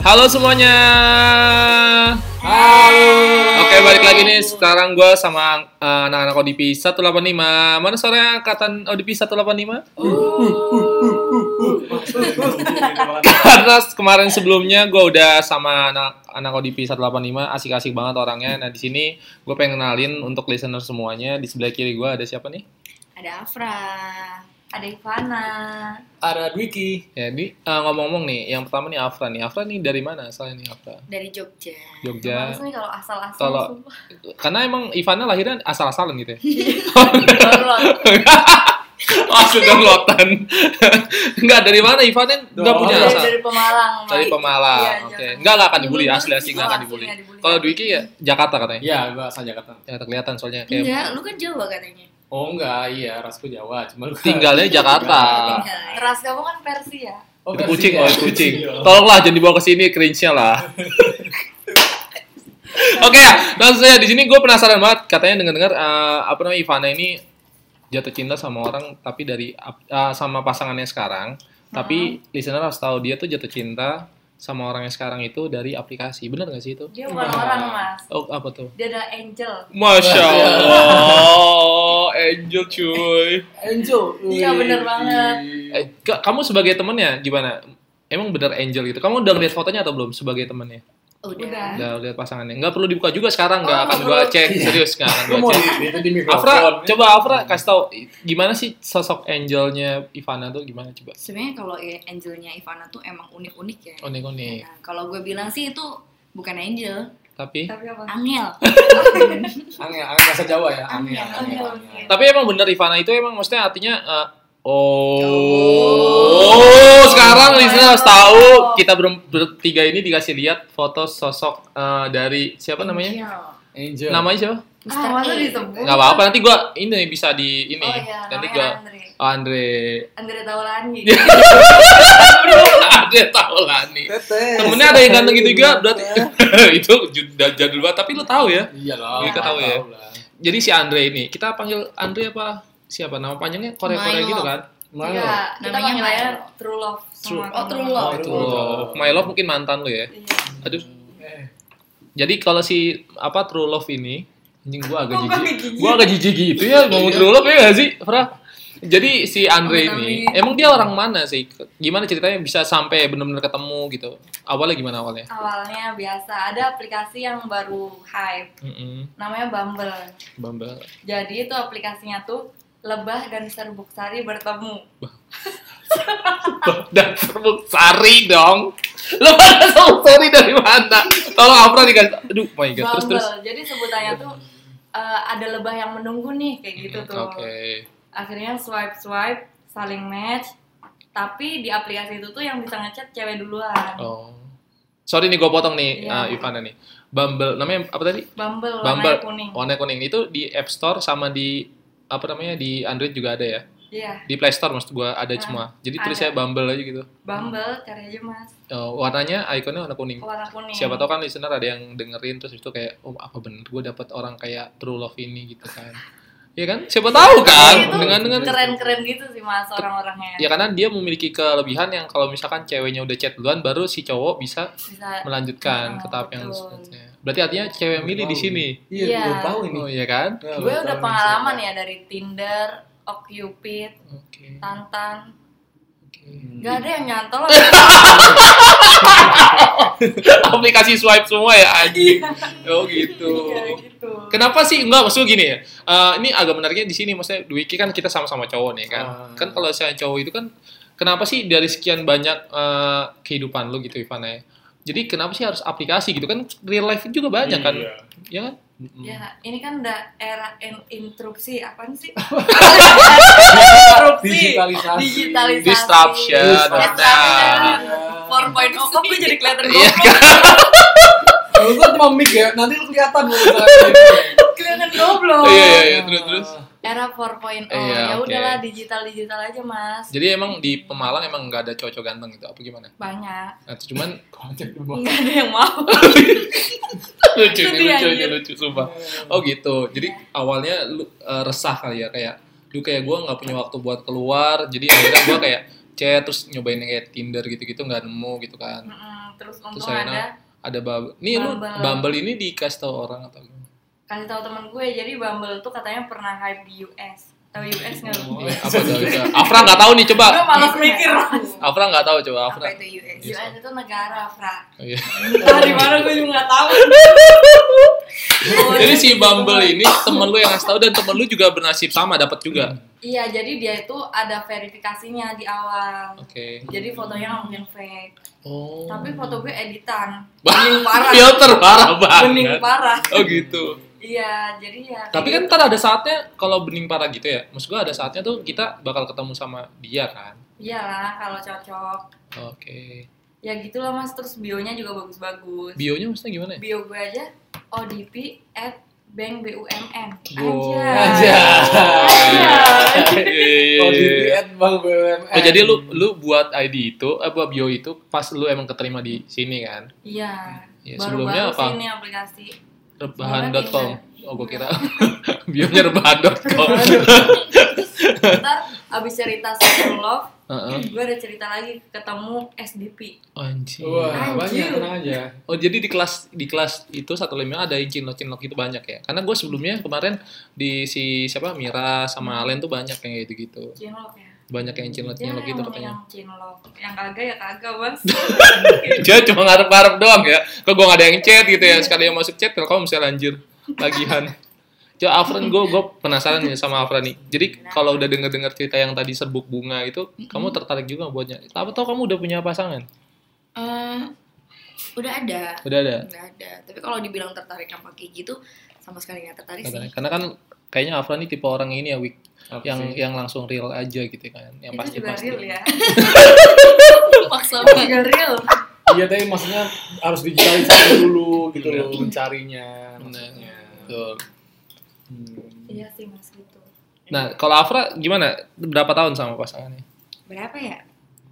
Halo semuanya. Halo. Oke, balik lagi nih. Sekarang gue sama eh, anak-anak ODP 185. Mana suaranya angkatan ODP 185? Karena kemarin sebelumnya gue udah sama anak anak ODP 185 asik-asik banget orangnya. Nah, di sini gue pengen kenalin untuk listener semuanya. Di sebelah kiri gue ada siapa nih? Ada Afra, ada Ivana. Ada Dwiki. Ya, di eh, ngomong-ngomong nih, yang pertama nih Afra nih. Afra nih dari mana asalnya nih Afra? dari Jogja. Jogja. Males nih kalau asal-asal. Kalau- sumpah. Karena emang Ivana lahirnya asal-asalan gitu ya. Tolol. Maksud lotan. Enggak dari mana Ivana enggak Dari- punya dari, asal. iya, dari Pemalang. Mai. Dari Iya, Pemalang. jangan. Oke. Enggak enggak akan dibully Nggak asli asli enggak akan asli, dibully. nggak dibully. Kalau Dwiki ya Jakarta katanya. Iya, gua asal Jakarta. Ya kelihatan soalnya Enggak, kayak lu kan Jawa katanya. Oh enggak, iya, rasku Jawa, cuma lu tinggalnya Jakarta. Ras kamu kan Persia. Oh, Itu kucing, Persia. oh itu kucing. Iya. Tolonglah jangan dibawa ke sini cringe-nya lah. Oke ya, langsung saja di sini gue penasaran banget katanya dengar-dengar eh, apa namanya Ivana ini jatuh cinta sama orang tapi dari ap- eh, sama pasangannya sekarang. Tapi listener harus tahu dia tuh jatuh cinta sama orangnya sekarang itu dari aplikasi. Bener gak sih itu? Iya. Dia bukan Wah. orang, Mas. Oh, apa tuh? Dia adalah angel. Masya Allah, angel cuy. Enjo. Iya, bener banget. Eh, ka- kamu sebagai temennya gimana? Emang bener angel gitu? Kamu udah ngeliat fotonya atau belum sebagai temennya? Oh, Udah. Ah. Udah lihat pasangannya. Nggak perlu dibuka juga sekarang, nggak Oh, akan nggak gua perlu. cek serius nggak akan Lu gua mau cek. di, di, itu di Afra, mikrofon. coba Afra kasih tahu gimana sih sosok angelnya Ivana tuh gimana coba? Sebenarnya kalau ya, angelnya Ivana tuh emang unik-unik ya. Oh, Unik unik. Nah, kalau gue bilang sih itu bukan angel, Tapi angel. Angel, angel bahasa Jawa ya, angel. Angel, angel, angel. angel. tapi emang bener Ivana itu emang maksudnya artinya eh, oh, Oh. sekarang Oh, listener harus oh. tahu kita ber- bertiga ini dikasih lihat foto sosok eh, dari siapa namanya? Angel. Angel. Namanya siapa? Mister Ah, masa A. disebut? Nggak apa-apa nanti gua ini bisa di ini. Oh iya, nanti namanya gua Andre. Oh, Andre. Andre Taulani. ada Taulani. Temennya ada yang ganteng gitu juga, berarti itu jud- jadul banget. Tapi lo tahu ya. Iya lah. Iya, kita tahu ya. Jadi si Andre ini, kita panggil Andre apa? Siapa nama panjangnya Korea-Korea Milo. gitu kan? Mana? Enggak, kita Namanya panggilnya Milo. True Love. True- sama Oh, True teman. Love. Oh, itu. Milo. My Love mungkin mantan lo ya. Iya. Aduh. Jadi kalau si apa True Love ini, anjing gua agak Kok jijik. gua kayak gini? Iya. Gua agak jijik gitu ya ngomong True Love ya gak sih, Fra? Jadi si Andre Amin, ini, amin. emang dia orang mana sih? Gimana ceritanya bisa sampai benar-benar ketemu gitu? Awalnya gimana awalnya? Awalnya biasa, ada aplikasi yang baru hype, Mm-mm. namanya Bumble. Bamba. Jadi itu aplikasinya tuh lebah dan serbuk sari bertemu. Dan serbuk sari dong. Lo pada serbuk sari dari mana? Tolong Afra dikasih. Aduh, oh my god. Terus Bumble. terus. Jadi sebutannya tuh eh, ada lebah yang menunggu nih kayak gitu tuh. Oke. Akhirnya swipe swipe saling match. Tapi di aplikasi itu tuh yang bisa ngechat cewek duluan. Oh. Sorry nih gue potong nih Iya. eh, Ivana nih. Bumble namanya apa tadi? Bumble. Bumble, Oh. warnanya kuning. Warna kuning itu di App Store sama di apa namanya di Android juga ada ya. Iya, Di Play Store maksud gua ada semua. Jadi ada. tulisnya Bumble aja gitu. Bumble cari aja Mas. Oh, warnanya ikonnya warna kuning. Warna kuning. Mm. Siapa tau kan listener ada yang dengerin terus itu kayak oh apa bener gue dapet orang kayak true love ini gitu kan. Iya kan? Siapa tahu kan? iya, Itu Dengan dengan keren-keren gitu sih Mas orang-orangnya. ya karena dia memiliki kelebihan yang kalau misalkan ceweknya udah chat duluan baru si cowok bisa Bisa melanjutkan Oh, ke tahap yang betul. selanjutnya. Berarti artinya cewek milih di sini. Iya, Iya. belum tahu ini. Oh iya kan? Ya, gue belum udah tahu pengalaman ini. ya dari Tinder, Occupid, Oke. Tantan. Oke. Gak ada yang nyantol. Iya. Aplikasi swipe semua ya anjing. Oh gitu. Iya, gitu. Kenapa sih enggak maksud gini ya? Eh, ini agak menariknya di sini maksudnya Dwiki kan kita sama-sama cowok nih kan. Ah. Kan kalau saya cowok itu kan kenapa sih dari sekian banyak eh, kehidupan lu gitu Ivana ya? Jadi kenapa sih harus aplikasi gitu kan real life juga banyak kan? Iya. Ya kan? Ya, ini kan udah era in- interupsi apaan sih? Oh, Digitalisasi. Digitalisasi. Disruption. Disruption. Nah. 4.0 oh, kok gue jadi kelihatan Iya goblok? kan? Lu kan cuma mic ya, nanti lu kelihatan lu. kelihatan goblok. Iya iya Oh. iya terus terus. Era 4.0. Iya, ya oke. udahlah digital-digital aja, Mas. Jadi emang di Pemalang emang nggak ada cowok ganteng gitu apa gimana? Banyak. Nah, cuman Kocak lu. Gak ada yang mau. lucu nih, Sedih, lucu anjir. nih, lucu sumpah. Oh gitu. Jadi awalnya lu eh, resah kali ya kayak lu kayak gue nggak punya waktu buat keluar. Jadi akhirnya gue kayak chat terus nyobain yang kayak Tinder gitu-gitu nggak nemu gitu kan. Mm-mm, terus Terus untung akhirnya ada ada Bumble. Nih lu Bumble. Bumble ini dikasih tahu orang atau gimana? kasih tahu temen gue jadi Bumble tuh katanya pernah hype di US tahu US nggak lu? Iya, apa tuh? Bisa. Afra nggak tahu nih coba. Gue malas mikir Afra nggak tahu coba Afra. Apa itu US? Iya, US itu negara Fra Oh, iya. entah di mana gue juga nggak tahu Jadi si gitu. Bumble ini temen lu yang ngasih tahu dan temen lu juga bernasib sama dapat juga. iya jadi dia itu ada verifikasinya di awal Oke. jadi fotonya nggak mungkin fake Oh. tapi foto gue editan Bah, bening parah filter parah banget. bening parah Oh gitu. iya jadi ya Tapi kan ntar ada saatnya kalau bening parah gitu ya. Maksud gua ada saatnya tuh kita bakal ketemu sama dia kan. iyalah kalau cocok Oke. ya gitulah mas terus bionya juga bagus-bagus Bionya maksudnya gimana ya? bio gue aja odp at bank bumn Wow. aja Iya, iya, Kalau di iya. diet Bang BUMN. Oh jadi lu lu buat ID itu apa bio itu pas lu emang keterima di sini kan? iya Ya, sebelumnya baru-baru apa? sih ini aplikasi rebahan.com. Oh gua kira bionya rebahan.com. ntar abis cerita satu love Heeh. gue ada cerita lagi ketemu SDP Anjir. Wah, banyak Anjir. tenang aja. Oh jadi di kelas di kelas itu satu lima ada yang cinlok cinlok itu banyak ya. Karena gue sebelumnya kemarin di si siapa Mira sama Alen tuh banyak yang gitu gitu. Cinlok ya Banyak yang cinlok Ya, cinlok gitu yang, katanya. yang Cinlok yang kagak ya kagak mas Dia cuma ngarep ngarep doang ya. Kok gue gak ada yang chat gitu ya. Sekali yang masuk chat telkom bisa lanjut lagihan. Jo Afran gue gue penasaran nih sama Afran nih. Jadi kalau udah denger dengar cerita yang tadi serbuk bunga itu, kamu tertarik juga buatnya. Apa tau kamu udah punya pasangan? Eh, udah ada. Udah ada. Udah ada. Tapi kalau dibilang tertarik yang pakai gitu, sama sekali nggak tertarik Iya sih. Karena kan kayaknya Afran ini tipe orang ini ya Wik. Apa yang sih? yang langsung real aja gitu kan yang itu pasti juga pasti real ya Maksa itu banget. juga real Iya tapi maksudnya harus digitalisasi dulu gitu loh mencarinya maksudnya. Betul. Hmm. iya sih mas gitu nah kalau Afra gimana berapa tahun sama pasangannya Berapa ya?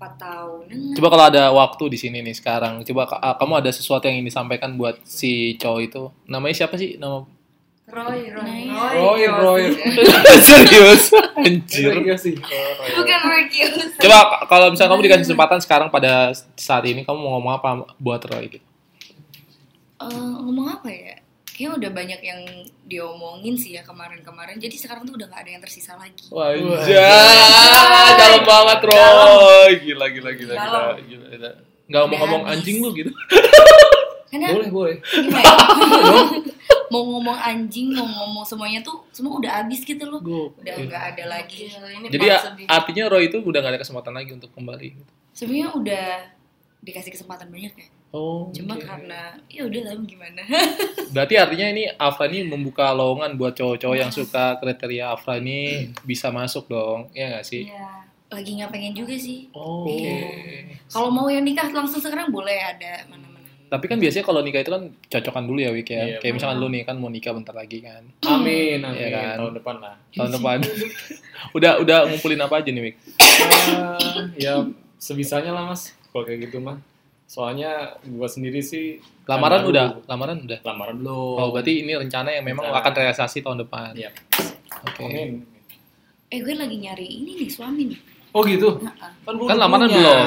4 tahunan. coba kalau ada waktu di sini nih sekarang coba ka- ah, kamu ada sesuatu yang ingin disampaikan buat si cowok itu namanya siapa sih nama Roy Roy Iya, Nice. Roy Roy. serius Itu anjir Iya sih. Roy, Roy. Bukan Markius. coba k- kalau misalnya kamu dikasih kesempatan sekarang pada saat ini kamu mau ngomong apa buat Roy gitu Eh, ngomong apa ya? Kayaknya udah banyak yang diomongin sih ya kemarin-kemarin. Jadi sekarang tuh udah nggak ada yang tersisa lagi. Wajah, dalam banget Roy, gila gila gila gila, Dalam. gila, gila. Gak mau ngomong habis. anjing lu gitu? Karena Boleh boleh. gimana ya? mau ngomong anjing, mau ngomong semuanya tuh semua udah habis gitu loh. Udah nggak ada lagi. Gila, ini Jadi ya, part a- sedih. artinya Roy itu udah gak ada kesempatan lagi untuk kembali. gitu. Sebenarnya udah dikasih kesempatan banyak ya. Oh. Cuma karena ya udah lah gimana. Berarti artinya ini Afra ini membuka lowongan buat cowok-cowok yang suka kriteria Afra ini bisa masuk dong, ya gak sih? Iya. lagi nggak pengen juga sih. Oh. Iya. Kalau mau yang nikah langsung sekarang boleh ada mana-mana. Tapi kan biasanya kalau nikah itu kan cocokan dulu ya Wik Iya, ya. Kayak misalkan lu nih kan mau nikah bentar lagi kan. Amin amin. Iya kan? Tahun depan lah. Tahun depan. udah udah ngumpulin apa aja nih Wik? Ah, ya sebisanya lah mas. Kalau kayak gitu mah. Soalnya gua sendiri sih. Lamaran Lamaran udah, dulu. lamaran udah. Lamaran belum. Oh, berarti ini rencana yang memang Rencana. akan realisasi tahun depan. Iya. Oke. Amin. Eh gue lagi nyari ini nih suami nih. Oh gitu. Heeh. gua Kan udah lamaran punya. belum.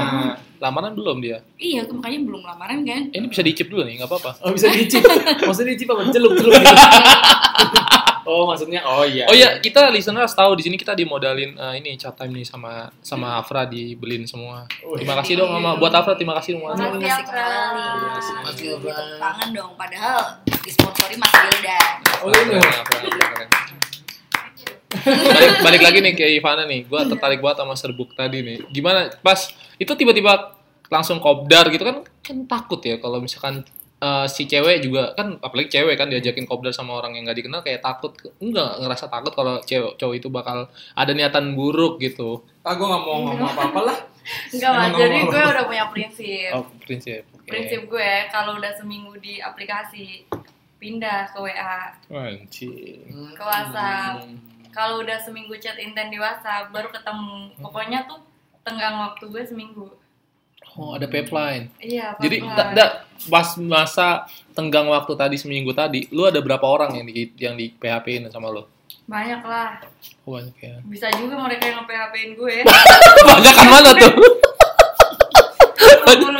Lamaran belum dia. Iya, makanya belum lamaran kan? Eh, ini bisa dicip dulu nih, nggak apa-apa. Oh bisa dicip. maksudnya dicip apa? Celup-celup gitu. oh maksudnya oh iya. Oh ya, kita listeners tahu di sini kita dimodalin eh, ini chat time nih sama sama Afra dibeliin semua. Oh, iya. Terima kasih dong sama buat Afra, terima kasih dong. Makasih, Afra. kasih Afra. kembali. Makasih, Tepuk Afra. Tangan dong, padahal disponsori Mas Wildan. Oh iya. Afra, Afra, Afra. balik, balik lagi nih ke Ivana nih, gue tertarik banget sama serbuk tadi nih. Gimana pas itu tiba-tiba langsung kopdar gitu kan kan takut ya kalau misalkan eh, si cewek juga kan apalagi cewek kan diajakin kopdar sama orang yang nggak dikenal kayak takut enggak ngerasa takut kalau cewek cowok itu bakal ada niatan buruk gitu. Ah gue nggak mau ngomong apa-apa lah. Enggak lah, Emang jadi ngomong gue apa? udah punya prinsip. Oh, prinsip. Oke. Iya. Prinsip gue kalau udah seminggu di aplikasi pindah ke WA, Anjing. ke WhatsApp. Hmm. Kalau udah seminggu chat intent di WhatsApp baru ketemu. Hmm. Pokoknya tuh tenggang waktu gue seminggu. Oh, ada pipeline. Iya, Jadi da, pelan-pelan. da, pas masa tenggang waktu tadi seminggu tadi, lu ada berapa orang yang di yang di PHP-in sama lu? banyak lah. Oh, banyak ya. Bisa juga mereka yang nge-PHP-in gue. Banyak kan mana tuh? Oh, 50-50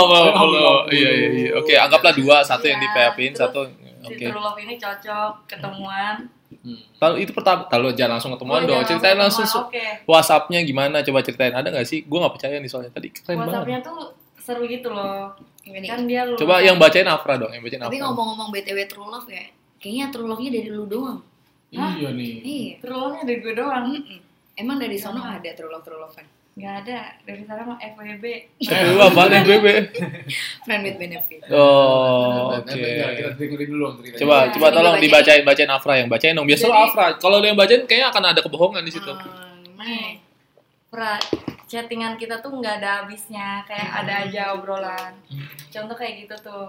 nggak mau, mau. Iya, iya, iya. Oke, anggaplah dua, satu yang di Iya, PHP-in, terus satu Si oke. True Love ini cocok ketemuan Hmm. Lalu itu pertama, lalu jangan langsung ketemuan Oh, dong. jangan Ceritain langsung ketemuan, oke WhatsApp-nya gimana? Coba ceritain. Ada nggak sih? Gue nggak percaya nih soalnya tadi keren banget. WhatsApp-nya tuh seru gitu loh Gini. kan dia lu Coba yang bacain Afra dong, yang bacain Tapi Afra. ngomong-ngomong BTW True Love ya, kayaknya True Love-nya dari lu doang. Hah? Iya nih. Iya. True Love-nya dari gue doang Mm-mm. Emang dari Iya. sono ada True Love True Love kan? nggak ada dari sana mah FWB Itu apa nih BB? Friend with benefit. Oh, oke. Ya, Kita dengerin dulu dong ceritanya. Coba, Iya, coba jadi tolong bacain. dibacain, bacain Afra yang bacain dong. Biasa lo Jadi- Afra. Kalau lo yang bacain kayaknya akan ada kebohongan di situ. Hmm, Nah, nih pra chattingan kita tuh nggak ada habisnya kayak ada aja obrolan contoh kayak gitu tuh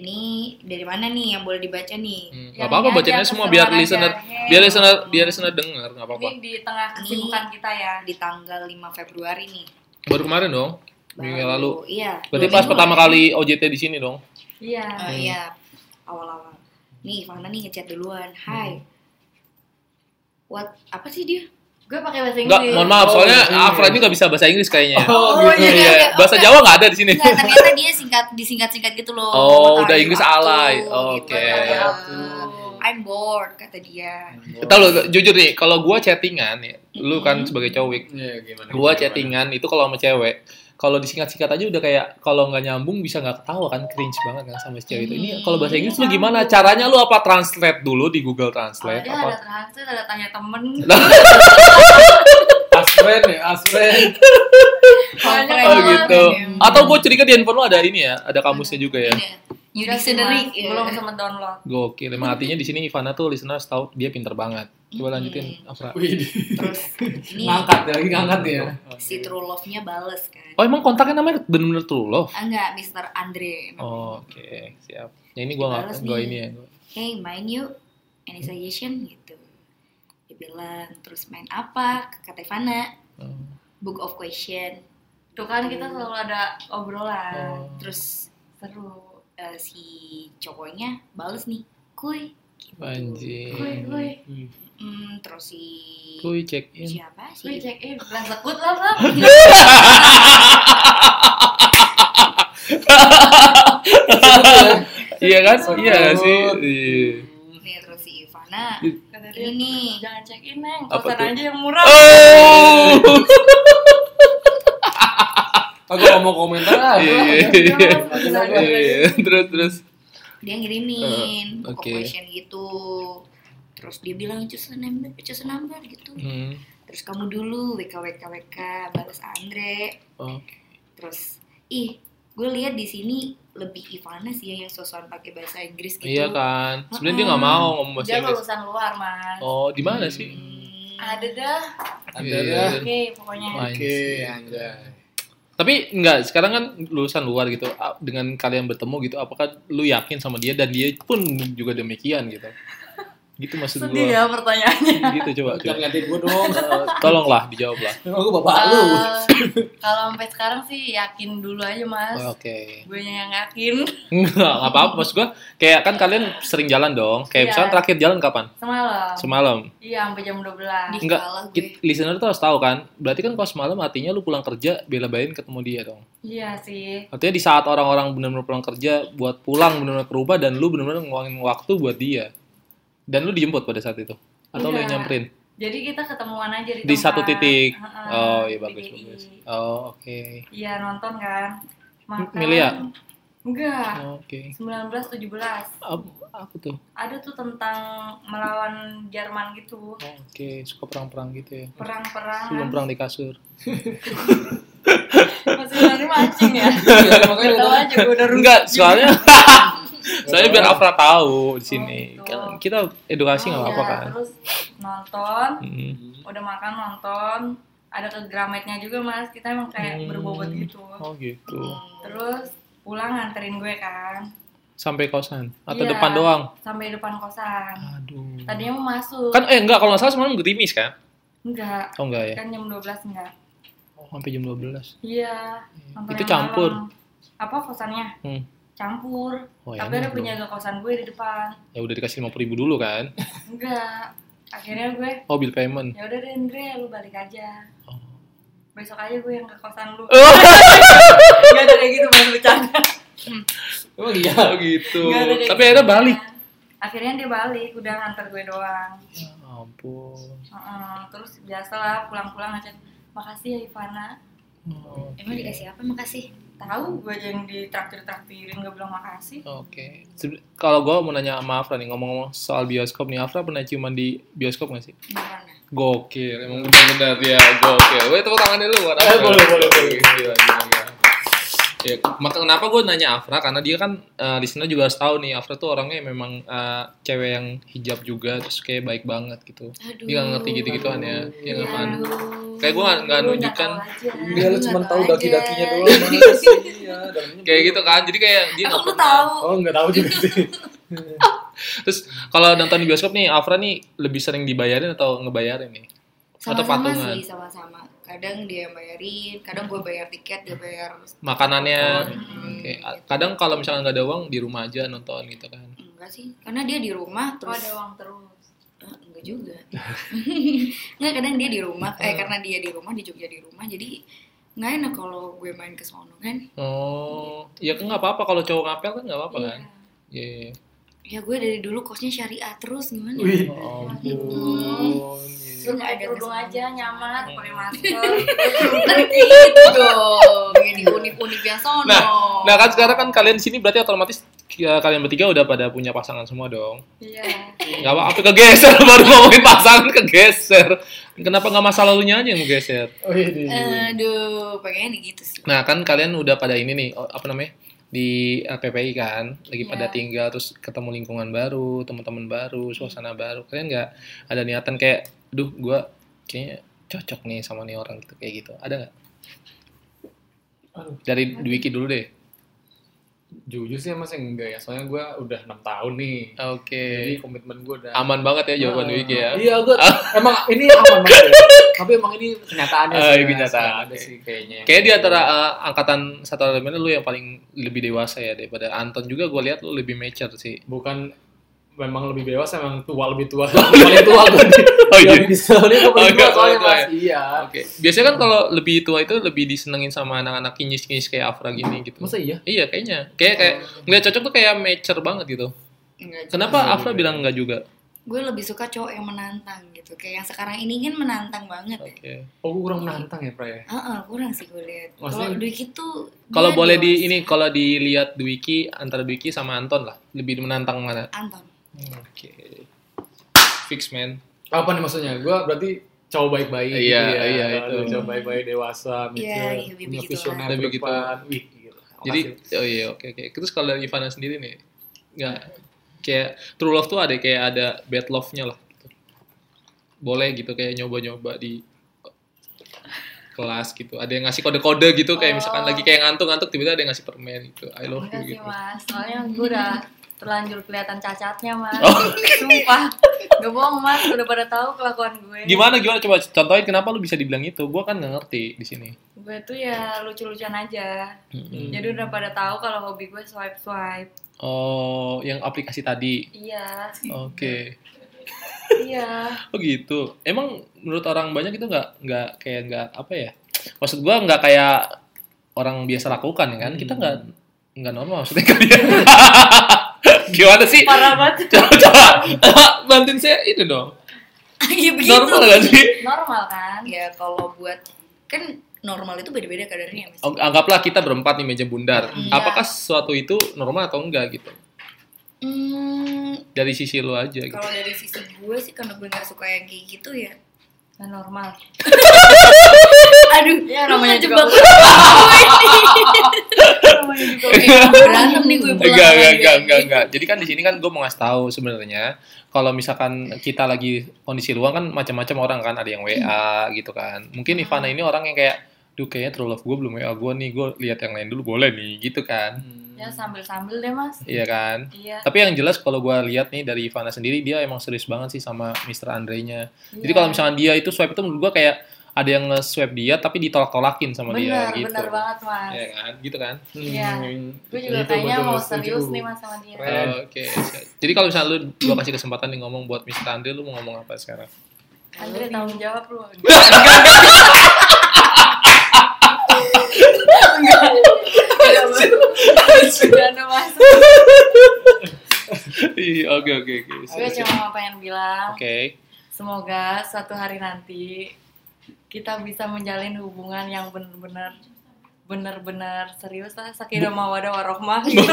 Ini dari mana nih yang boleh dibaca nih? Hmm, Yang Gak apa-apa ini bacain aja, Iya. aja semua biar keseluruhan listener, aja. Hey. biar listener, biar listener dengar nggak apa-apa. ini di tengah kesibukan kita ya Di tanggal 5 Februari nih. Baru kemarin dong, minggu yang lalu. Iya. Berarti dua pas minggu pertama lah. kali OJT di sini dong. iya Eh, Iya. Awal-awal. Nih, Fana nih ngechat duluan. Hmm. Hai. What apa sih dia? gue pakai bahasa Enggak, Inggris mohon maaf Oh, soalnya iya. Afra ini nggak bisa bahasa Inggris kayaknya. Oh, Oh, gitu. iya. Iya, bahasa Oke. Jawa nggak ada di sini. Enggak, ternyata dia singkat disingkat-singkat gitu loh. Oh, Matahari udah Inggris waktu, alay. gitu. Oke. Iya. Kayak, Tuh. I'm bored kata dia. Tahu lo, jujur nih, kalau gua chattingan, ya, lu kan sebagai cowok, Iya, gimana? gua gimana? chattingan itu kalau sama cewek, kalau disingkat-singkat aja udah kayak kalau nggak nyambung bisa nggak ketawa kan cringe banget kan sama si cewek itu. Ini Iya, kalau bahasa Inggris lu gimana? Caranya lu apa translate dulu di Google Translate ada apa? ada translate ada tanya temen Aspen ya, Aspen. Banyak Oh banget. gitu. Atau gue curiga di handphone lo ada ini ya, ada kamusnya juga ya. Iya. New Nggak sih, dictionary. Mas. belum sempet download Gokil. Emang artinya di sini Ivana tuh listeners tahu dia pinter banget. Coba lanjutin Afra. Wih, Terus ini ngangkat ya, lagi ngangkat ya. si true love-nya bales kan. Oh emang kontaknya namanya bener-bener True Love? Ah, Enggak, Mr. Andre. emang. Oh, Oke, siap. Ya ini gue nggak, Dibales gue nih. ini ya. Hey, main yuk. Any suggestion gitu. Dia bilang, terus main apa? Kata Ivana, Hmm. book of question. tuh kan kita selalu ada obrolan Oh. Terus seru eh, si cowoknya bales nih, kuy. Gitu. kuy Anjing. kuy Hmm. Mm, terus si Kuy check in. siapa kuy sih? check in berasa good lah lah Iya kan? Iya Sebut. sih. Iya. Nih, terus si Ivana. Kata dia, Ini jangan check in neng Apa kosan tuh? aja yang murah Oh. Aku gak Oh, mau komentar lah. Iya. Jangan, Iya. Terus terus. dia ngirimin Eh, book of oke. question gitu. Terus dia bilang just a number, just a number gitu. Hmm. Terus kamu dulu WK WK WK balas Andre. Oke. Terus ih, gue lihat di sini lebih Ivana sih ya yang sosokan pakai bahasa Inggris gitu. Iya kan. Sebenarnya dia nggak mau ngomong bahasa dia Inggris. lulusan luar mas Oh, di mana sih? Hmm. ada dah Ada Iya. ya. oke pokoknya Wah. Oke, anjay. Tapi enggak, sekarang kan lulusan luar gitu. A- Dengan kalian bertemu gitu, apakah lu yakin sama dia dan dia pun juga demikian gitu. Gitu maksud gua. sedih ya pertanyaannya Gitu coba. Jangan coba. ngatain gue dong. Tolonglah dijawablah. Emang aku bapak lu. Eh, kalau sampai sekarang sih yakin dulu aja mas Oke. gue yang yakin Enggak, enggak apa-apa maksud gua. Kayak kan kalian sering jalan dong. Kayak Iya. misalkan terakhir jalan kapan? semalam Semalam. iya sampai jam 12 Di- Enggak, Kalah gue. kit- listener tuh harus tahu kan. Berarti kan kalau semalam artinya lu pulang kerja bela-belain ketemu dia dong. iya sih Artinya di saat orang-orang benar-benar pulang kerja buat pulang benar-benar ke rumah dan lu benar-benar ngeluangin waktu buat dia. Dan lu dijemput pada saat itu atau lu yang Enggak. nyamperin jadi kita ketemuan aja di, di tempat. satu titik. Heeh, Oh, iya di bagus DI. bagus. Oh, oke. iya nonton kan makan Milia? enggak Oh, Oke. 19 17 Apa- Apa tuh? ada tuh tentang melawan Jerman gitu Oh, oke, suka perang-perang gitu ya. perang-perang Sebelum perang di kasur. masih berani mancing ya Iya, makanya Gak lu tau aja gue udah rugi Enggak, soalnya Oh. soalnya biar Nggak Afra tahu di sini. Oh, gitu. Kan kita edukasi nggak apa-apa Iya, kan. terus nonton Hmm. udah makan nonton ada ke Grametnya juga mas kita emang kayak Hmm. berbobot gitu Oh gitu. terus pulang nganterin gue kan Sampai kosan atau Iya, depan doang. sampai depan kosan Aduh. tadinya mau masuk Kan eh enggak kalau nggak salah semalam gerimis kan? enggak Oh enggak ya. Iya. kan jam 12 enggak Oh, Sampai jam 12. iya nonton Hmm. Itu yang campur. malam. apa kosannya Hmm. campur Oh, tapi ada enak dong. penjaga kosan gue di depan Ya udah dikasih 50 ribu dulu kan. enggak akhirnya gue Oh bill payment. ya udah deh Andre lu balik aja Oh. besok aja gue yang ke kosan lu nggak ada kayak gitu main bercanda Emang iya. Oh gitu. Nggak ada kayak Tapi gitu. akhirnya balik. akhirnya dia balik udah nganter gue doang Ya ampun. Heeh, terus biasalah pulang-pulang aja makasih ya Ivana Oke. Emang dikasih apa makasih? tahu gue aja yang ditraktir traktirin gak bilang makasih Oke. Sebe- Kalau gue mau nanya sama Afra nih ngomong-ngomong soal bioskop nih, Afra pernah ciuman di bioskop gak sih? Nggak pernah Gokil, emang benar-benar dia gokil. Wait, tepuk tangan dulu buat Afra. Eh, boleh, boleh, boleh. Gila, gila, gila. Ya, Iya. maka kenapa gue nanya Afra karena dia kan eh, di sana juga harus tahu nih Afra tuh orangnya memang eh, cewek yang hijab juga terus kayak baik banget gitu. Aduh. Dia nggak ngerti gitu-gituan ya, ya nggak pan. Aduh. Kayak gue nggak Iya. Lu nunjukkan nggak tahu aja. Dia Iya, lu cuma nggak tahu tahu daki-dakinya aja. doang. Mas. Iya, dalamnya kayak gitu kan, jadi kayak dia nggak emang lu pernah- tahu Oh, enggak tahu juga sih. Terus kalau nonton di bioskop nih, Afra nih lebih sering dibayarin atau ngebayarin nih? Atau Sama-sama patungan? sih, sama-sama. Kadang dia yang bayarin, kadang gue bayar tiket, dia bayar Makanannya. Hmm, Oke, a- gitu. kadang kalau misalnya nggak ada uang di rumah aja nonton gitu kan. Enggak sih, karena dia di rumah Oh, terus ada uang terus Eh, enggak juga. enggak kadang dia di rumah, eh karena dia di rumah di Jogja di rumah, jadi nggak enak kalau gue main ke sono kan. Oh, ya kan nggak apa-apa kalau cowok ngapel kan nggak apa-apa Iya. kan? Iya. iya. Ya gue dari dulu kosnya syariah terus gimana? Wih. Oh, ampun. Iya. Lu nggak ada kerudung aja nyaman pakai masker Kan gitu dong, yang di unip-unip yang sono. Nah, Nah kan sekarang kan kalian di sini berarti otomatis ya, kalian bertiga udah pada punya pasangan semua dong. iya Nggak apa-apa kegeser baru ngomongin pasangan kegeser. Kenapa nggak masa lalunya aja yang geser? Oh, Eh. iya. Aduh, pengennya gitu sih. Nah kan kalian udah pada ini nih o- apa namanya di LPPI kan lagi pada Iya. tinggal terus ketemu lingkungan baru teman-teman baru suasana baru kalian nggak ada niatan kayak duh gua kayaknya cocok nih sama nih orang gitu kayak gitu ada nggak Aduh. dari Dwiki dulu deh Jujur sih Mas enggak ya. Soalnya gue udah 6 tahun nih. oke Jadi komitmen gue udah aman banget ya Ah, jawaban Dwiki ya Iya, gue emang ini aman banget. ya. Tapi emang ini kenyataannya Ah, ini Mas. kenyataan, Ada oke. sih kayaknya. Kayaknya di antara eh, angkatan satu elemen lu yang paling lebih dewasa ya daripada Anton juga gue lihat lu lebih mature sih. bukan memang lebih bebas, emang tua lebih tua. paling tua gue di. Oh Yang di soalnya gue Oh, paling enggak, tua soalnya paling tua Mas. Iya. Oke. Biasanya kan kalau lebih tua itu lebih disenengin sama anak-anak kinyis-kinyis kayak Afra gini gitu. Masa iya? Iya kayaknya. Kayak kayak nggak cocok tuh kayak mature banget gitu. Enggak juga. Kenapa Afra bilang nggak juga? Gue lebih suka cowok yang menantang gitu. Kayak yang sekarang ini kan menantang banget ya. Oke. Oh, gue kurang menantang ya, Pre. Heeh, kurang sih gue lihat. Maksudnya- Kalau Dwiki tuh Kalau Iya, dia boleh di dewasa. ini kalau dilihat Dwiki antara Dwiki sama Anton lah lebih menantang mana? Anton. Oke. Fix man. Apa nih maksudnya? Gue berarti cowok baik-baik Iya, ya. iya, itu. Lu Cowok baik-baik dewasa, Iya, mature, iya, lebih punya gitu visioner lah. Lebih ke gitu. depan. Wih, gila. Jadi Makasih. oh iya oke oke. Terus kalau dari Ivana sendiri nih nggak kayak true love tuh ada kayak ada bad love-nya lah. Gitu. Boleh gitu kayak nyoba-nyoba di kelas gitu. Ada yang ngasih kode-kode gitu kayak misalkan Oh. lagi kayak ngantuk-ngantuk tiba-tiba ada yang ngasih permen gitu. I love you Enggak Iya sih gitu. mas, soalnya gue udah terlanjur kelihatan cacatnya mas Oh. Sumpah, gak bohong mas, udah pada tahu kelakuan gue Gimana gimana coba contohin kenapa lu bisa dibilang itu? Gua kan nggak ngerti di sini. Gue tuh ya lucu-lucuan aja Jadi udah pada tahu kalau hobi gue swipe-swipe Oh, yang aplikasi tadi. Iya, Oke. iya Oh gitu. Emang menurut orang banyak itu nggak nggak kayak nggak apa ya? Maksud gua nggak kayak orang biasa lakukan kan? Kita nggak nggak normal maksudnya kalian. Gimana sih? Parah banget Coba, coba. bantuin saya itu dong. Iya begitu. Normal nggak sih? Normal kan? Ya kalau buat kan normal itu beda-beda kadarnya ya, Mas. Oh, Anggaplah kita berempat nih meja bundar. Iya. Apakah sesuatu itu normal atau enggak gitu? Hmm, Dari sisi lu aja gitu. kalau dari sisi gue sih karena gue nggak suka yang kayak gitu ya. Gak normal Aduh, Ya, lu namanya ngejebak juga gue Namanya juga berantem nih gue pulang. enggak, enggak, enggak, enggak, enggak. Jadi kan di sini kan gue mau ngasih tahu sebenarnya kalau misalkan kita lagi kondisi luang kan macam-macam orang kan ada yang WA gitu kan. Hmm. Mungkin Ivana ini orang yang kayak duh kayaknya true love gue belum WA gue nih, gue lihat yang lain dulu boleh nih gitu kan. Ya sambil-sambil deh mas Iya kan? Iya Tapi yang jelas kalau gue lihat nih dari Ivana sendiri dia emang serius banget sih sama Mr. Andre-nya. Jadi iya. kalau misalkan dia itu swipe itu menurut gue kayak ada yang nge-swipe dia tapi ditolak-tolakin sama dia Bener, gitu. bener banget mas Iya kan? Gitu kan? Iya. Hmm. Gue juga kayaknya mau serius nih mas sama dia Keren. Oh, Oke. siap. Jadi kalau misalnya lu gua kasih kesempatan nih ngomong buat Mr. Andre, lu mau ngomong apa sekarang? Andre tanggung jawab lu Iya, Jangan masuk. Iya, Oke oke oke. Gue cuma pengen bilang, Oke. semoga suatu hari nanti kita bisa menjalin hubungan yang bener-bener bener-bener serius lah sakinah mawadah warohmah gitu.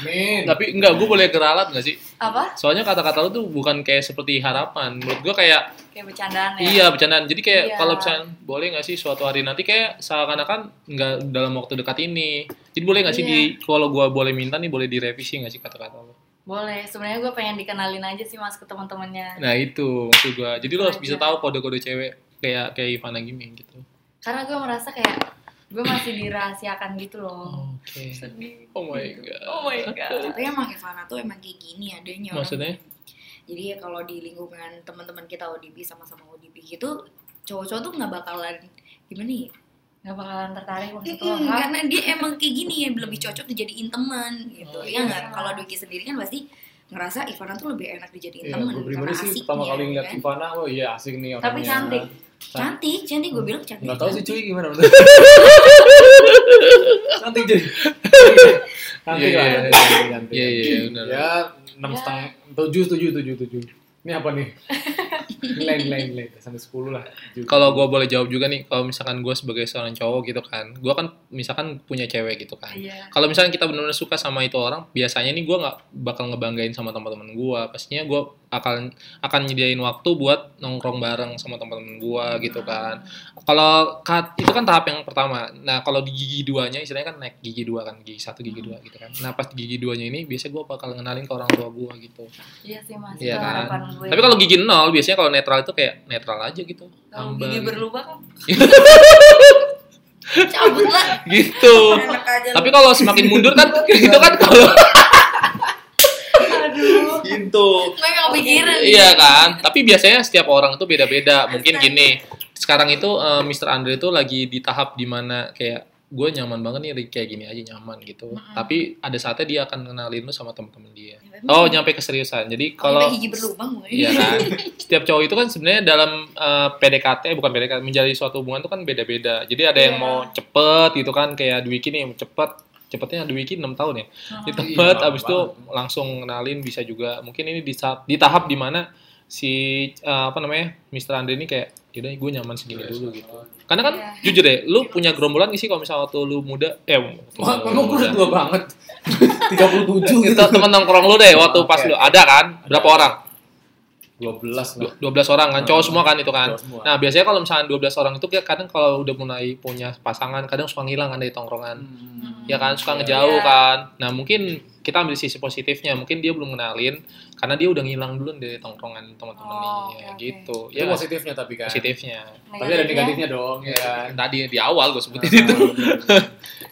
Amin. Tapi enggak, gue boleh keralat nggak sih? apa Soalnya kata-kata lu tuh bukan kayak seperti harapan. Menurut gue kayak kayak bercandaan ya Iya bercandaan. Jadi kayak Iya. kalau misalnya boleh nggak sih suatu hari nanti kayak seakan-akan nggak dalam waktu dekat ini. Jadi boleh nggak sih Iya. di kalau gua boleh minta nih boleh direvisi nggak sih kata-kata lo? boleh sebenarnya gue pengen dikenalin aja sih mas ke teman-temannya Nah itu maksud gua. Jadi lo harus bisa Aja. tahu kode-kode cewek kayak kayak Ivana gini gitu. karena gue merasa kayak gue masih dirahasiakan gitu loh Oke. sedih Oh my god. oh my god tapi emang Ivana tuh emang kayak gini adanya orang. Maksudnya? jadi ya kalau di lingkungan teman-teman kita ODB sama-sama ODB gitu cowok-cowok tuh nggak bakalan gimana ya nggak bakalan tertarik maksud lo Mm, Kak? karena dia emang kayak gini ya lebih cocok dijadiin teman gitu Oh, ya iya. nggak kalau Dwiki sendiri kan pasti ngerasa Ivana tuh lebih enak Iya, dijadiin teman gue karena pribadi sih asiknya pertama kali ngeliat kan. Ivana, oh iya asik nih orangnya. Tapi cantik. cantik cantik gue bilang cantik Gak tau sih cantik. cuy gimana bener. cantik cuy. Cantik Iya, lah. iya, cantik, cantik. Iya iya iya, benar. Ya enam Ya. setengah, tujuh, tujuh, tujuh, tujuh. Ini apa nih? Nilai, nilai, nilai. Sampai sepuluh lah. Tujuh. Kalau gua boleh jawab juga nih, kalau misalkan gua sebagai seorang cowok gitu kan, gua kan misalkan punya cewek gitu kan, iya kalau misalnya kita benar-benar suka sama itu orang biasanya nih gue nggak bakal ngebanggain sama teman-teman gue pastinya gue akan akan nyediain waktu buat nongkrong bareng sama teman-teman gue gitu kan kalau kat- itu kan tahap yang pertama nah kalau di gigi duanya istilahnya kan naik gigi dua kan gigi satu gigi dua gitu kan nah pas di gigi duanya ini biasanya gue bakal ngenalin ke orang tua gue gitu iya sih mas Iya Itu kan? harapan ya. gue. tapi kalau gigi nol biasanya kalau netral itu kayak netral aja gitu kalau Ambang gigi gitu. berlubang cabut lah gitu enak aja tapi kalau semakin mundur kan itu kan kalau aduh gitu gue nggak kepikiran Iya kan, tapi biasanya setiap orang itu beda-beda. Mungkin gini, sekarang itu eh, Mr. Andre itu lagi di tahap dimana kayak gue nyaman banget nih Rick, kayak gini aja nyaman gitu. Tapi ada saatnya dia akan kenalin lu sama temen-temen dia. Iya. Oh, nyampe keseriusan. Jadi kalau kalau gigi berlubang gue Iya kan. Setiap cowok itu kan sebenarnya dalam eh, PDKT bukan PDKT menjalin suatu hubungan itu kan beda-beda. Jadi ada yang Iya. mau cepet gitu kan kayak Dwiki nih cepet cepetnya Dwiki 6 tahun ya. Di cepet Iya, abis itu langsung kenalin bisa juga. Mungkin ini di tahap, di tahap dimana si eh, apa namanya Mr. Andre ini kayak yaudah gue nyaman segini dulu gitu. Karena kan Iya. jujur deh, lu punya gerombolan gak sih kalau misalnya waktu lu muda, eh waktu Wah, lu emang gue muda. udah tua banget. 37 gitu. Itu temen nongkrong lu deh waktu pas Oke. lu ada kan berapa orang? 12 lah. 12 orang kan, cowok semua kan itu kan. Cowok semua. Nah, biasanya kalau misalnya 12 orang itu kayak kadang kalau udah mulai punya pasangan, kadang suka ngilang kan dari tongkrongan. Ya kan, suka ngejauh Iya. kan. Nah, mungkin kita ambil sisi positifnya, mungkin dia belum kenalin karena dia udah ngilang dulu dari tongkrongan teman-teman Oh, dia, oke, oke. gitu. Itu Ya, positifnya tapi kan. positifnya. Tapi ada negatifnya dong Iya. ya kan. Tadi di awal gue sebutin itu.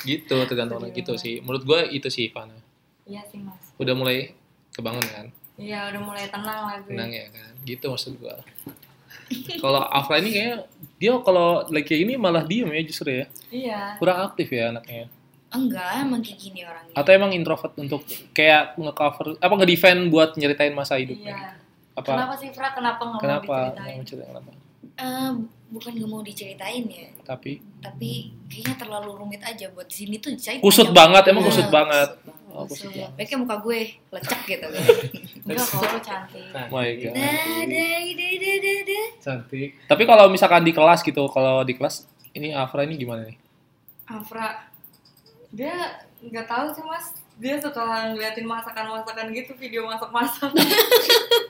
gitu, tergantung orang gitu sih. Menurut gue itu sih, Ivana. iya sih mas Udah mulai kebangun kan, iya udah mulai tenang lagi tenang ya kan. Gitu maksud gue. kalau Afra ini kayaknya dia kalau lagi kayak ini malah diem ya justru ya. iya kurang aktif ya anaknya enggak emang kayak gini orangnya atau emang introvert untuk kayak ngecover apa ngedefend buat nyeritain masa hidupnya iya apa kenapa sih Fra kenapa nggak mau kenapa diceritain Mau cerita kenapa Eh, bukan gak mau diceritain ya tapi tapi kayaknya terlalu rumit aja buat di sini tuh saya Kusut tanya- banget, emang Iya, kusut banget. kusut banget. oh, aku sedih. Kayak kayak muka gue lecek gitu kan. enggak kalau lu cantik Nah, My God. Cantik. tapi kalau misalkan di kelas gitu kalau di kelas ini Afra ini gimana nih Afra Ah, dia nggak tahu sih mas dia suka ngeliatin masakan-masakan gitu video masak-masak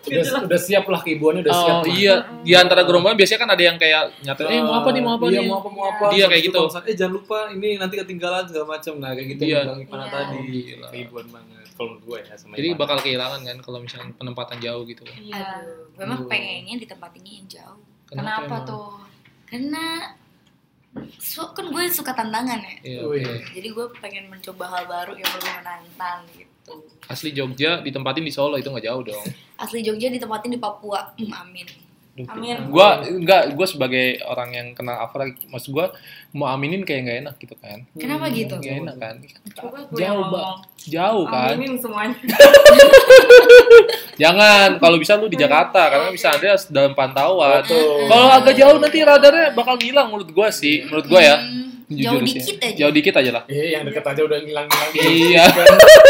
Udah, udah siap lah keibuannya udah siap. oh lah. iya di antara gerombolan biasanya kan ada yang kayak nyatain eh mau apa nih mau apa Iya, nih mau apa mau apa. Dia Terus kayak itu gitu. bangsa, eh jangan lupa ini nanti ketinggalan segala macam. Nah, kayak gitu Iya. yang bilang Ivana Iya. tadi. Gila. Keibuan banget kalau menurut gue ya sama jadi Ivana. bakal kehilangan kan kalau misalkan penempatan jauh gitu iya Aduh, memang Aduh. pengennya di tempat ini yang jauh. kenapa emang? tuh Karena so, kan gue suka tantangan ya. Iya, Wih. oke. Jadi gue pengen mencoba hal baru yang perlu menantang gitu. asli Jogja ditempatin di Solo itu nggak jauh dong Asli Jogja ditempatin di Papua. Hmm, amin. Duh. Amin gua enggak gua sebagai orang yang kenal Afra maksud gua mau aminin kayak nggak enak gitu kan Kenapa gitu? nggak enak kan coba gue yang jauh ngomong Mbak. Ah, jauh kan aminin semuanya jangan kalau bisa lu di Jakarta karena bisa ada dalam pantauan Ah, Betul. eh, kalau agak jauh nanti radarnya bakal hilang menurut gua sih menurut gua ya Hmm, Jauh Jujur sih. dikit aja. Jauh dikit aja lah. Iya, yang deket aja udah ngilang-ngilang. Iya.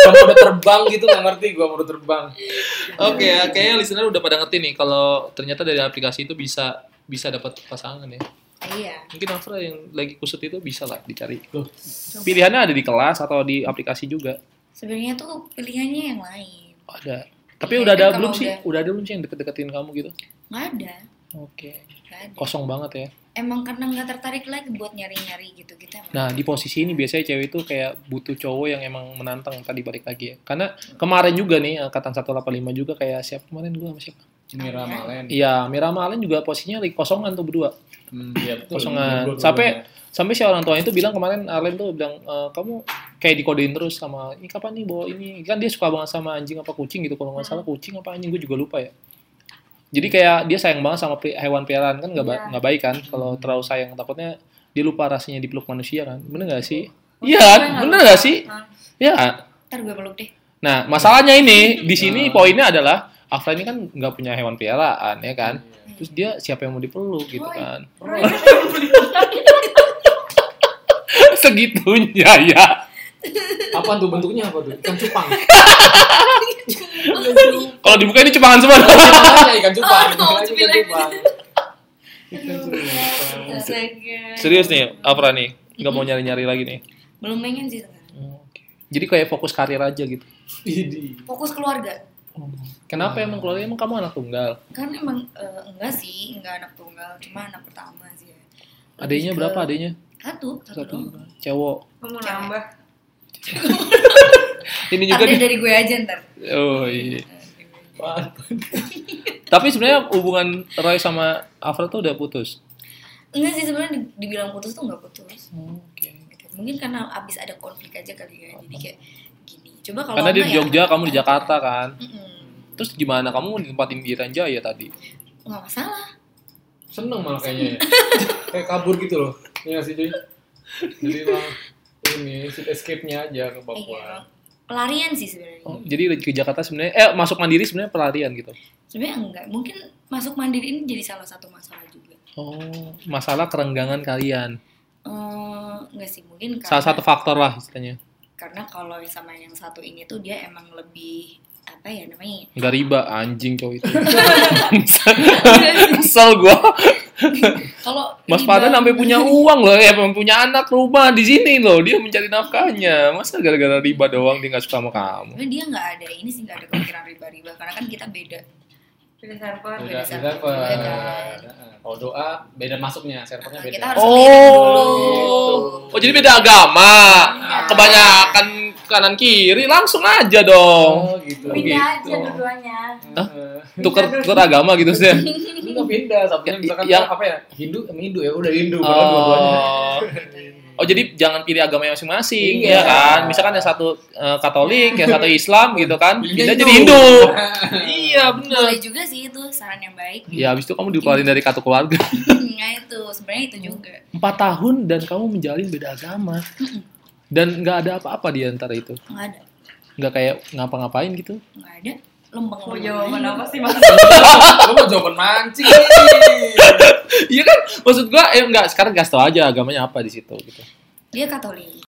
Kamu udah terbang gitu, nggak ngerti gua mau terbang. Iya. Oke, ya, kayaknya listener udah pada ngerti nih kalau ternyata dari aplikasi itu bisa bisa dapat pasangan ya. Iya. Mungkin Afra yang lagi kusut itu bisa lah dicari. Loh, pilihannya ada di kelas atau di aplikasi juga. Sebenarnya tuh pilihannya yang lain. Oh, ada. Tapi Iya, udah kan ada belum kalau sih? udah- Udah ada belum sih yang deket-deketin kamu gitu? Nggak ada. Oke. Nggak ada. Kosong banget ya. Emang karena nggak tertarik lagi buat nyari-nyari gitu-gitu. emang. Nah, di posisi ini biasanya cewek itu kayak butuh cowok yang emang menantang tadi balik lagi ya. Karena kemarin juga nih angkatan 185 juga kayak siapa kemarin gua sama siapa? Mira Malen. Iya, Mira sama Alen juga posisinya lagi kosongan tuh berdua. Hmm, iya, betul. Kosongan. Gua- gua- Sampai- Sampai si orang tuanya itu bilang kemarin Alen tuh bilang e, kamu kayak dikodein terus sama ini kapan nih bawa ini. Kan dia suka banget sama anjing apa kucing gitu kalau nggak salah kucing apa anjing gue juga lupa ya. Jadi kayak dia sayang banget sama pe- hewan peliharaan kan nggak ba- Iya. nggak baik kan kalau terlalu sayang takutnya dia lupa rasanya dipeluk manusia kan. Bener nggak sih? Iya, kan? bener nggak sih? Hah? Iya. Ntar gue peluk deh. Nah, masalahnya ini di sini Hmm. poinnya adalah Afra ini kan nggak punya hewan peliharaan ya kan. Iya. Terus dia siapa yang mau dipeluk gitu kan. Segitunya ya. Apa tuh bentuknya apa tuh? Ikan cupang. Kalau dibuka ini cepangan semua. Iya, ikan cupang. Oh, Ikan cupang. cupang. Ikan cupang. Astaga. Serius nih, Afra nih nggak mau nyari-nyari lagi nih. Belum pengen sih sekarang. Jadi kayak fokus karir aja gitu. Idi. Fokus keluarga. Kenapa emang keluarga emang kamu anak tunggal? Karena emang eh, enggak sih, enggak anak tunggal, cuma anak pertama sih ya. Adanya Lebih ke- berapa adanya? Satu, satu, Satu. doang. Cewek. Kamu nambah. Ini juga Update nih. dari gue aja ntar. Oh iya. Wah, Tapi sebenarnya hubungan Roy sama Afra tuh udah putus. Enggak sih sebenarnya di- dibilang putus tuh enggak putus. Oke. Gitu. Mungkin karena abis ada konflik aja kali ya. Jadi kayak gini. Coba kalau Karena dia di enggak Jogja, ya- kamu di Jakarta kan. Mm-mm. Terus gimana kamu ditempatin di Ranjaya tadi? Enggak masalah. seneng malah kayaknya ya. Kayak kabur gitu loh. Iya nggak sih, Joy? Jadi emang ini sit escape-nya aja ke Iya. Papua. Pelarian sih sebenarnya. Oh, jadi ke Jakarta sebenarnya eh masuk mandiri sebenarnya pelarian gitu. Sebenarnya enggak. Mungkin masuk mandiri ini jadi salah satu masalah juga. Oh, masalah kerenggangan kalian. Eh, enggak sih mungkin karena, Salah satu faktor lah istilahnya. karena kalau yang sama yang satu ini tuh dia emang lebih apa ya namanya Enggak riba anjing cowok itu. Kesel gua. kalau Mas riba- Padan sampai punya uang loh, ya sampai punya anak rumah di sini loh. Dia mencari nafkahnya. Masa gara-gara riba doang dia nggak suka sama kamu? Sebenarnya dia nggak ada ini sih nggak ada kemikiran riba-riba karena kan kita beda Pilih server. Beda, Beda beda server. Kalau doa beda masuknya, servernya beda. Nah, Kita harus Oh, oh jadi beda agama. Iya. Kebanyakan kanan kiri langsung aja Oh, dong. gitu. Pindah aja Pindah aja dua-duanya. Hah? Heeh. Tuker tuker agama gitu sih. Lu nggak pindah, tapi Ya, misalkan ya. apa ya? Hindu, emang Hindu ya udah Hindu. padahal dua-duanya. Oh. Oh jadi jangan pilih agama yang masing-masing Iya. ya kan. Misalkan yang satu eh, Katolik, yang satu Islam gitu kan. Pilihnya Pindah jadi Hindu. iya benar. boleh juga sih itu saran yang baik Ya habis itu kamu dikeluarin dari kartu keluarga. nah itu sebenarnya itu juga Empat tahun dan kamu menjalin beda agama. Dan nggak ada apa-apa di antara itu. nggak ada Nggak kayak ngapa-ngapain gitu. nggak ada lembeng Mau lembeng jawaban aja. apa sih mas? Lu mau jawaban mancing. nih. Iya kan? Maksud gua eh nggak sekarang gas tau aja agamanya apa di situ gitu. dia Katolik